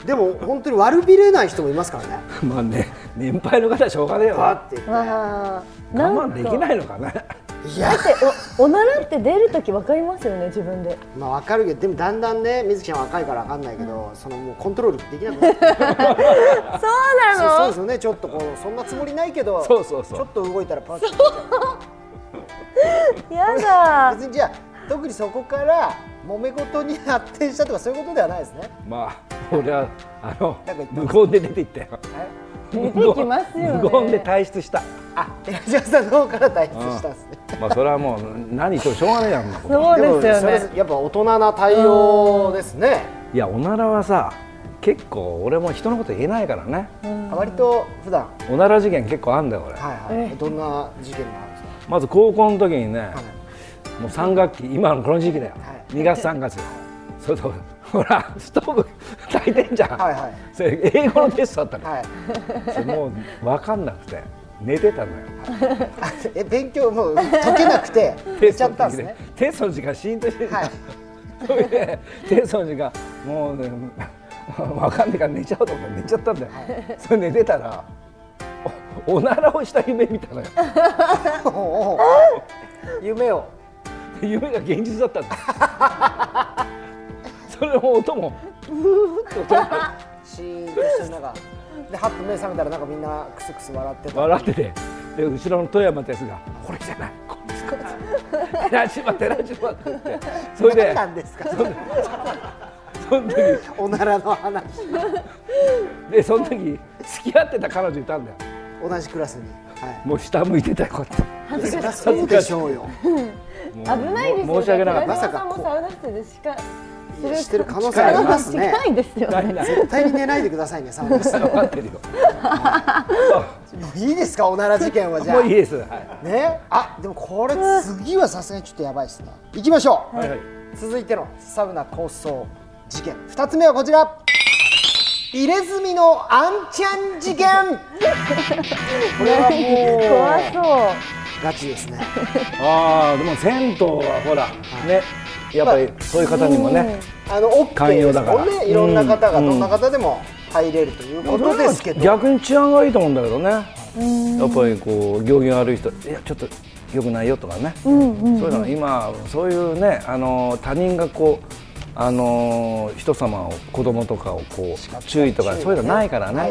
Speaker 2: でも本当に悪びれない人もいますからね。
Speaker 4: まあね年配の方はしょうがねえよ
Speaker 2: あ
Speaker 4: な
Speaker 2: って言って。
Speaker 3: まあ
Speaker 4: 我慢でき
Speaker 3: い
Speaker 4: ないのかね
Speaker 2: いや。
Speaker 3: おおならって出るときわかりますよね自分で
Speaker 2: まあわかるけどでもだんだんね水木ちゃん若いからわかんないけど、そのもうコントロールできなくなってそ
Speaker 3: そう
Speaker 2: うそうで
Speaker 3: な
Speaker 2: すよねちょっとこうそんなつもりないけど
Speaker 4: そうそうそう
Speaker 2: ちょっと動いたらパッと
Speaker 3: のやだ
Speaker 2: 別にじゃあ特にそこから揉め事に発展したとかそういうことではないですね。
Speaker 4: まあ俺はあの
Speaker 2: なんか言った
Speaker 4: 無言で出て行ったよ
Speaker 3: 出てきますよね
Speaker 4: 無言で退出した
Speaker 2: あ、寺島さんの方から退出したんですね。
Speaker 4: まあそれはもう何としょうがねえやんなこと
Speaker 3: そうですよ
Speaker 2: も
Speaker 3: ね
Speaker 2: それやっぱ大人な対応ですね。
Speaker 4: いやおならはさ結構俺も人のこと言えないからね
Speaker 2: 割と普段
Speaker 4: おなら事件結構あんだよ俺
Speaker 2: はいはい。どんな事件があるんです
Speaker 4: まず高校の時にね、
Speaker 2: か。
Speaker 4: もう3学期今のこの時期だよ、
Speaker 2: はい
Speaker 4: 2月3月それとほらストーブ炊いてんじゃん、
Speaker 2: はいはい
Speaker 4: それ英語のテストだったの、
Speaker 2: はい。
Speaker 4: それもう分かんなくて寝てたのよ
Speaker 2: あえ勉強もう解けなくて寝
Speaker 4: テス
Speaker 2: ちゃ
Speaker 4: ト
Speaker 2: った
Speaker 4: の
Speaker 2: んで
Speaker 4: 時
Speaker 2: す
Speaker 4: で、
Speaker 2: ね。
Speaker 4: テストの時間シーンとしてた、
Speaker 2: はい
Speaker 4: それでテストの時間もうね分かんないから寝ちゃおうと思って寝ちゃったんだよ、それ寝てたらおおならをした夢見たのよ
Speaker 2: おうおう夢を。
Speaker 4: 夢が現実だ ったんだそれも音もブーッと音が
Speaker 2: シーンとしてる中でハッと目覚めたらなんかみんなクスクス笑ってた
Speaker 4: 笑っててで後ろの富山ですがこれじゃないこっちこっち寺島寺島って言ってそれ
Speaker 2: 何
Speaker 4: で
Speaker 2: なんですか
Speaker 4: その時
Speaker 2: おならの話
Speaker 4: でその時付き合ってた彼女いたんだよ
Speaker 2: 同じクラスに、は
Speaker 4: もう下向いてたよこうやって
Speaker 2: い、そりゃそうでしょうよ
Speaker 4: もう
Speaker 5: 危ないですよ、
Speaker 4: もう申し訳なかっ
Speaker 5: 寺
Speaker 4: た
Speaker 5: 島さんもサウナ室でしか
Speaker 2: 知ってる可能性ありますね
Speaker 3: 近いですよね。
Speaker 2: 絶対に寝ないでくださいねサウナ室
Speaker 4: 分かってるよ
Speaker 2: いいですかおなら事件はじゃ
Speaker 4: も
Speaker 2: あ
Speaker 4: ういいですは
Speaker 2: ねあでもこれ次はさすがにちょっとやばいですね行きましょう、
Speaker 4: い、はいはい、
Speaker 2: 続いてのサウナ構想事件2つ目はこちら入れ墨のアンちゃん事件これは
Speaker 3: 怖
Speaker 2: もう
Speaker 3: そう。
Speaker 2: ガチですね
Speaker 4: ああでも銭湯はほらねやっぱりそういう方にもね
Speaker 2: あの OK
Speaker 4: 寛
Speaker 2: で
Speaker 4: 容
Speaker 2: す
Speaker 4: だか
Speaker 2: も
Speaker 4: ら
Speaker 2: んねいろんな方が
Speaker 4: うん
Speaker 2: どんな方でも入れるということですけど
Speaker 4: 逆に治安がいいと思うんだけどねやっぱりこう行儀が悪い人いやちょっと良くないよとかね、そういうの今そういうねあの他人がこうあの人様を子供とかをこう注意とかそういうのないからね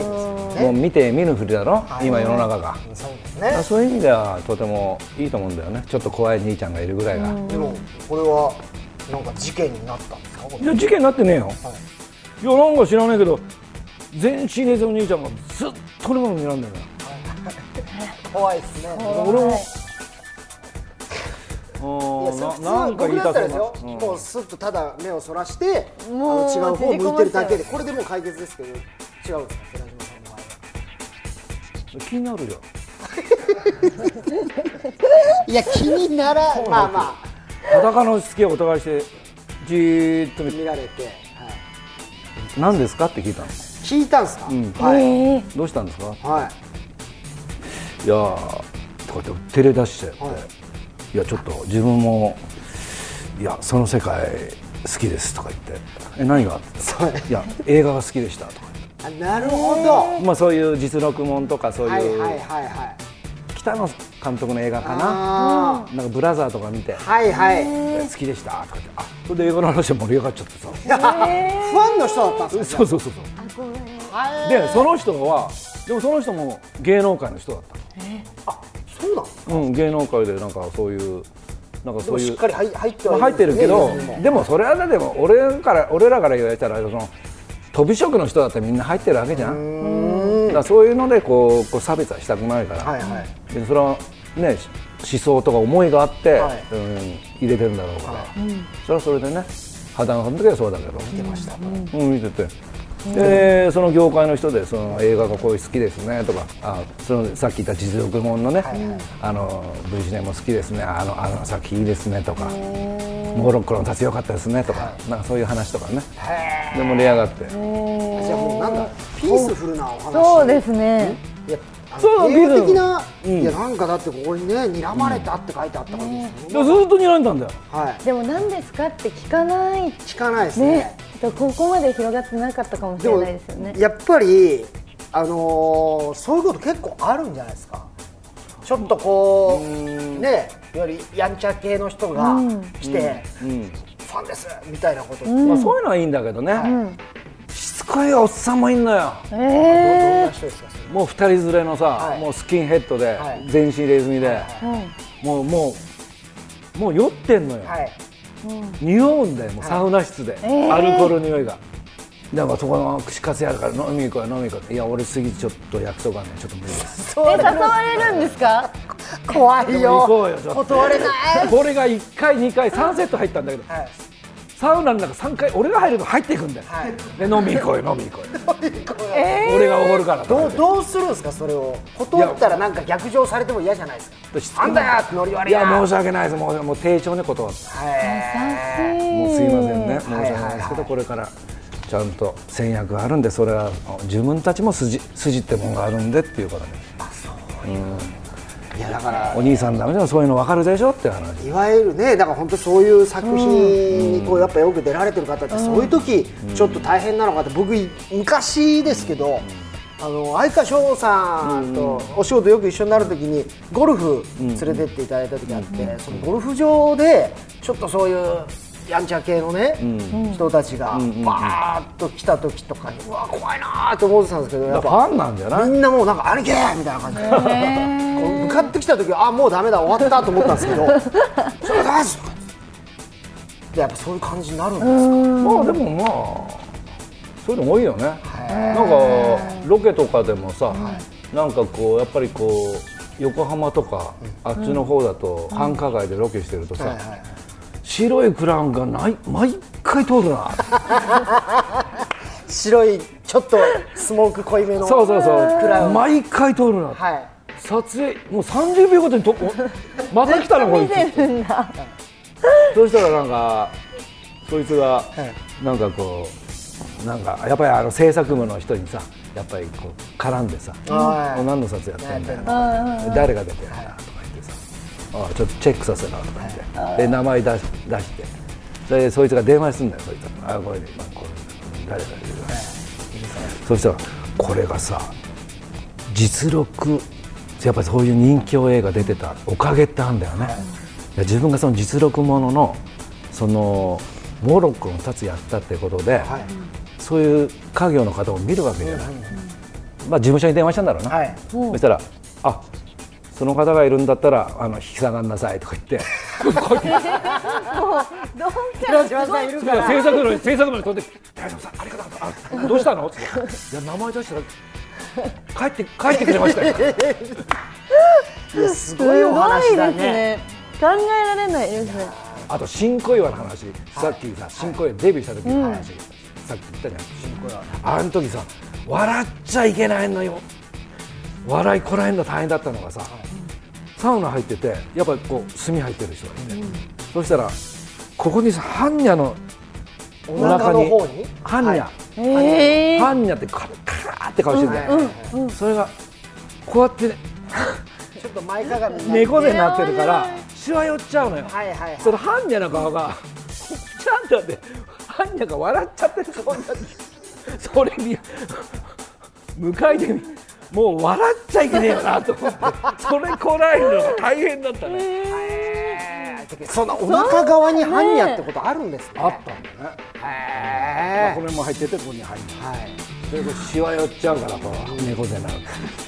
Speaker 4: もう見て見ぬふりだろ、今世の中が、
Speaker 2: そうですね
Speaker 4: あそういう意味ではとてもいいと思うんだよねちょっと怖い兄ちゃんがいるぐらいが、
Speaker 2: でもこれはなんか事件になったんですかこ
Speaker 4: いや事件になってねえよ、い、やなんか知らないけど全身入れ墨の兄ちゃんがずっと俺のこと睨んでるのよ
Speaker 2: れ怖いですね
Speaker 4: 俺も
Speaker 2: いやそれ普
Speaker 4: あ
Speaker 2: 通
Speaker 4: ーななんか
Speaker 2: 僕
Speaker 4: 言い
Speaker 2: だったた
Speaker 4: く
Speaker 2: らで
Speaker 4: な
Speaker 2: すよ、
Speaker 4: ったうん
Speaker 2: もうすっとただ目をそらしてあの
Speaker 5: もう
Speaker 2: 違う方を向いてるだけで
Speaker 5: 縮こまっちゃう
Speaker 2: これでもう解決ですけど違うんですか寺島さんの場合は
Speaker 4: 気になるよ
Speaker 2: いや気にならまあま
Speaker 4: 裸のしつけをお互いしてじーっと
Speaker 2: あ
Speaker 4: 見て
Speaker 2: 見られて、はい、
Speaker 4: 何ですかって聞いたの
Speaker 2: 聞いたんですか、
Speaker 4: ん
Speaker 2: はい、
Speaker 4: どうしたんですか
Speaker 2: はい
Speaker 4: やーとかって照れ出して、
Speaker 2: はい
Speaker 4: い、やちょっと自分もいやその世界好きですとか言ってえ何がって言ったらいや映画が好きでしたとか言って
Speaker 2: いあなるほど
Speaker 4: まあそういう実録本とかそう
Speaker 2: はい
Speaker 4: いう、
Speaker 2: はいはいはい
Speaker 4: 北野監督の映画かな
Speaker 2: あ
Speaker 4: なんかブラザーとか見て
Speaker 2: ーはいはい
Speaker 4: 好きでしたとか言ってあそれで映画の話で盛り上がっちゃってさ
Speaker 2: ファンの人だったんですか
Speaker 4: そうそうそうそうでその人はでもその人も芸能界の人だっ
Speaker 2: そうなんですか
Speaker 4: たの、うん、芸能界でなんかそういうなんか
Speaker 2: で
Speaker 4: そ
Speaker 2: も
Speaker 4: うい
Speaker 2: しっ
Speaker 4: う
Speaker 2: かり入入っては
Speaker 4: まあ
Speaker 2: い
Speaker 4: 入ってるけど
Speaker 2: んですね
Speaker 4: でもそれはねでも俺から俺らから言われたらその飛び職の人だってみんな入ってるわけじゃんだからそういうのでこうこう差別はしたくないから、
Speaker 2: はいはい
Speaker 4: でそれはねし思想とか思いがあって、
Speaker 2: はい
Speaker 4: うん、入れてるんだろうから、それはそれでね肌の時はそうだけど見てましたうん見ててでその業界の人でその映画がこういう好きですねとかあそのさっき言った実力もんのね、あの V シネも好きですねあのあの作品いいですねとかモロッコの立ち良かったですねとか,、なんかそういう話とかねで盛り上がって
Speaker 2: じゃあもうなんだピースフルなお話
Speaker 3: そうですね。
Speaker 2: いや、あ
Speaker 4: そ
Speaker 2: の
Speaker 4: う
Speaker 2: 霊的な、
Speaker 4: ん
Speaker 2: いやなんかだってここにね睨まれたって書いてあったからです
Speaker 4: で
Speaker 2: よ、
Speaker 4: ずっと睨んだんだよ
Speaker 2: はい
Speaker 5: でも何ですかって聞かない
Speaker 2: 聞かないですね
Speaker 5: ねここまで広がってなかったかもし
Speaker 2: で
Speaker 5: れ
Speaker 2: も
Speaker 5: ないですよね
Speaker 2: やっぱりあのーそういうこと結構あるんじゃないですかちょっとこうねいわゆるやんちゃ系の人が来て、ファンですみたいなことって、ど
Speaker 4: まあ、そういうのはいいんだけどね、しつこいおっさんもいんの
Speaker 2: ん
Speaker 4: よ
Speaker 2: な人ですかそれ
Speaker 4: もう二人連れのさ、
Speaker 2: はい
Speaker 4: もうスキンヘッドで、
Speaker 2: はい
Speaker 4: 全身レズミで、もうもうもう酔ってんのよ、
Speaker 2: はい
Speaker 4: 匂うんだよもうサウナ室で、アルコールの匂いが。なんかそこの串カツやるから飲みに行こうよ飲みに行こうよいや俺次ちょっと焼きそばねちょっと無理です
Speaker 5: え誘われるんですか
Speaker 2: 怖い
Speaker 4: でも行こ
Speaker 2: よ
Speaker 4: うよちょっと
Speaker 2: 断れない、
Speaker 4: これが1回2回3セット入ったんだけど
Speaker 2: はい
Speaker 4: サウナの中3回俺が入ると入っていくんだよ、
Speaker 2: はい
Speaker 4: で飲みに行こうよ飲みに行こうよ俺がおごるから
Speaker 2: どうどうするんですかそれを断ったらなんか逆上されても嫌じゃないですかあんだよってノリ悪い
Speaker 4: い
Speaker 2: な
Speaker 4: や申し訳ないですもうもう丁重に断ってもうすいませんね申し訳ないですけどこれからちゃんと戦略があるんでそれは自分たちも筋筋ってもんがあるんでっていうからね
Speaker 2: いやだから
Speaker 4: お兄さんダメでもそういうの分かるでしょっていう話
Speaker 2: いわゆるねだから本当そういう作品にこうやっぱよく出られてる方ってそういう時ちょっと大変なのかって僕昔ですけどあの相川翔さんとお仕事よく一緒になる時にゴルフ連れてっていただいた時あってそのゴルフ場でちょっとそういうやんちゃ系のね、人たちがバーッと来た時とかにうわ怖いなーって思ってたんですけどや
Speaker 4: だ
Speaker 2: っ
Speaker 4: か
Speaker 2: ぱ
Speaker 4: らファンなんじゃない
Speaker 2: みんなもうなんか兄貴ーみたいな感じで。 こう向かってきた時はあもうダメだ終わったと思ったんですけど「それだ!」とかでやっぱそういう感じになるんですか
Speaker 4: まあでもまあそういうの多いよねなんかロケとかでもさ、なんかこうやっぱりこう横浜とか、あっちの方だと、繁華街でロケしてるとさ、
Speaker 2: はいはい
Speaker 4: 白いクラウンがない毎回通る な
Speaker 2: 白いちょっとスモーク濃いめの
Speaker 4: そうそうそう
Speaker 2: クラウン
Speaker 4: 毎回通るな、
Speaker 2: はい
Speaker 4: 撮影もう30秒ごとにとこまた来たなこいつそしたらなんかそいつがなんかこうなんかやっぱりあの制作部の人にさやっぱりこう絡んでさ「
Speaker 2: はい
Speaker 4: お何の撮影やってんだよ」誰が出てるんだ」とか言ってさ「おいちょっとチェックさせろ」とか言ってで名前出し出してそれでそいつが電話するんだよそいつあこれ今これ誰が出てるかそしたらこれがさ実力やっぱりそういう人気映画出てたおかげってあるんだよね、いや自分がその実力もののそのモロッコの2つやったってことで、
Speaker 2: はい
Speaker 4: そういう家業の方を見るわけじゃない、まあ、事務所に電話したんだろうな、
Speaker 2: はい
Speaker 4: そしたら「あその方がいるんだったらあの引き下がんなさい」とか言って
Speaker 2: 広島さんいるから
Speaker 4: 制作部の制作部の人で「大丈夫さんありがとうあどうしたの?」って言って「いや名前出したら帰って帰ってくれましたよ」
Speaker 2: いやすごいお話だ
Speaker 5: すごいです
Speaker 2: ね
Speaker 5: ね考えられないですね
Speaker 4: あと新小岩の話、さっきさ新小岩デビューした時の話、さっき言ったじゃん新小岩あの時さ笑っちゃいけないのよ笑いこらえんの大変だったのがさ、サウナ入っててやっぱりこう炭入ってる人がいて、そしたらここにさ般若の
Speaker 2: お腹の方に
Speaker 4: 般若、
Speaker 5: ええ
Speaker 4: パンになってカラカラって顔してるんだよ、それがこうやってね
Speaker 2: ちょっと前かがみになって
Speaker 4: 猫背になってるからしわ寄っちゃうのよ、
Speaker 2: はいはいはい
Speaker 4: そのハンニャの顔が、ちゃんとって、ハンニャが笑っちゃってる顔になって、それに、向かいで見、もう笑っちゃいけねえよなと思って、それこらえるのが大変だったね。
Speaker 2: そんなお腹側にハンニャってことあるんですね
Speaker 4: あったんだね。まあ
Speaker 2: へ
Speaker 4: これも入ってて、ここに入る。
Speaker 2: ーはい
Speaker 4: それでしわ寄っちゃうから、こう、猫背になる。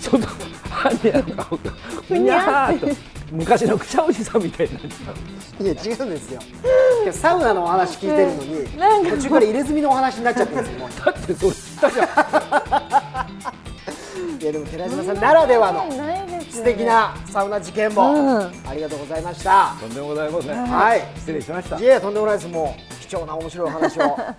Speaker 4: ちょっと、ハンニャの顔が、ふにゃーっと、昔のくちゃおじさんみたいになっちゃう。
Speaker 2: いや違うんですよ今日サウナのお話聞いてるのに、
Speaker 5: なんか
Speaker 2: 途中から入れ墨のお話になっちゃってるんですよもう
Speaker 4: だって、それ知ったじゃん。
Speaker 2: いやでも寺島さんならではの
Speaker 5: ないです
Speaker 2: 素
Speaker 5: よ
Speaker 2: 敵なサウナ事件も、
Speaker 5: うん
Speaker 2: ありがとうございました
Speaker 4: とんでもございません。
Speaker 2: はい
Speaker 4: 失礼しました
Speaker 2: い。えとんでもないですもう貴重な面白いお話をさ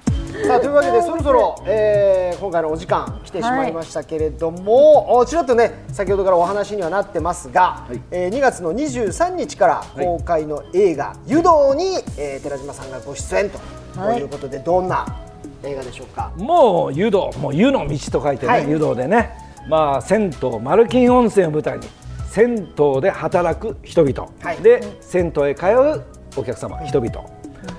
Speaker 2: あというわけでそろそろ、えー今回のお時間来てしまいましたけれども、おちらっとね先ほどからお話にはなってますが、
Speaker 4: はい
Speaker 2: えー2月の23日から公開の映画「湯道に」えー寺島さんがご出演ということで、どんな映画でしょうか
Speaker 4: もう湯道、もう湯の道と書いてね、
Speaker 2: はい
Speaker 4: 湯道でね、まあ銭湯、マルキン温泉を舞台に銭湯で働く人々、
Speaker 2: はい
Speaker 4: で銭湯へ通うお客様、人々、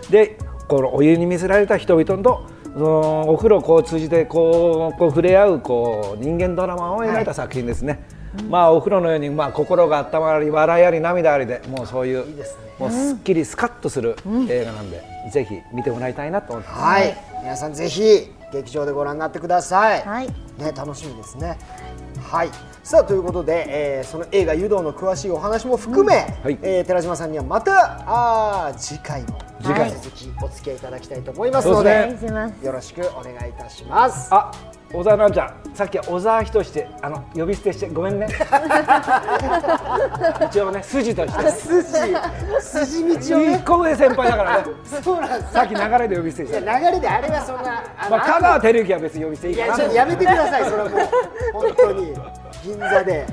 Speaker 4: でこのお湯に見せられた人々とそのお風呂をこう通じてこうこう触れ合うこう人間ドラマを描いた作品ですね。まあお風呂のようにまあ心が温まり笑いあり涙ありでもうそういう
Speaker 2: いいですね
Speaker 4: もうすっきりスカッとする映画なんで、ぜひ見てもらいたいなと思ってます。
Speaker 2: はい、皆さんぜひ劇場でご覧になってください、
Speaker 3: はい
Speaker 2: ね、楽しみですねはいさあということで、えーその映画「湯道」の詳しいお話も含め、
Speaker 4: はい
Speaker 2: えー寺島さんにはまたあー次回も
Speaker 4: 次回も
Speaker 2: 引き続きお付き合いいただきたいと思いますので
Speaker 4: そうです
Speaker 3: ねお願いしま
Speaker 2: よろしくお願いいたし ます
Speaker 4: あ、小沢なんちゃん、さっき小沢人して、あの呼び捨てして、ごめんね。 一応ね、筋として。
Speaker 2: 筋筋道を
Speaker 4: 一
Speaker 2: ね
Speaker 4: 個上先輩だからね、
Speaker 2: そうなんです
Speaker 4: さっき流れで呼び捨てし
Speaker 2: いや
Speaker 4: た。
Speaker 2: 流れであれはそんなあの
Speaker 4: まあ、香川照之は別に呼び捨ていい
Speaker 2: い
Speaker 4: か
Speaker 2: や
Speaker 4: な
Speaker 2: ちょっとやめてください、それはもう、本当に、銀座で。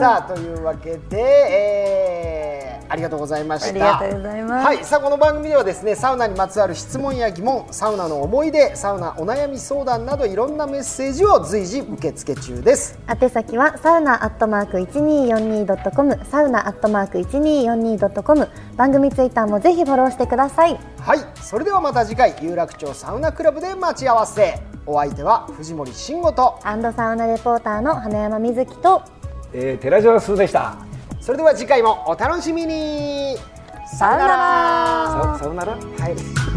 Speaker 2: さあというわけで、えーありがとうございました。
Speaker 5: ありがとうございます
Speaker 2: はい、さあこの番組ではですね、サウナにまつわる質問や疑問、サウナの思い出、サウナお悩み相談などいろんなメッセージを随時受け付け中です。
Speaker 3: 宛先はサウナアットマーク 1242.com サウナアットマーク 1242.com 番組ツイッターもぜひフォローしてください
Speaker 2: はい、それではまた次回有楽町サウナクラブで待ち合わせ。お相手は藤森慎吾と。
Speaker 3: アンドサウナレポーターの花山瑞希と
Speaker 4: えー、寺島すでした。
Speaker 2: それでは次回もお楽しみに。さよなら
Speaker 3: さよなら
Speaker 2: さよならはい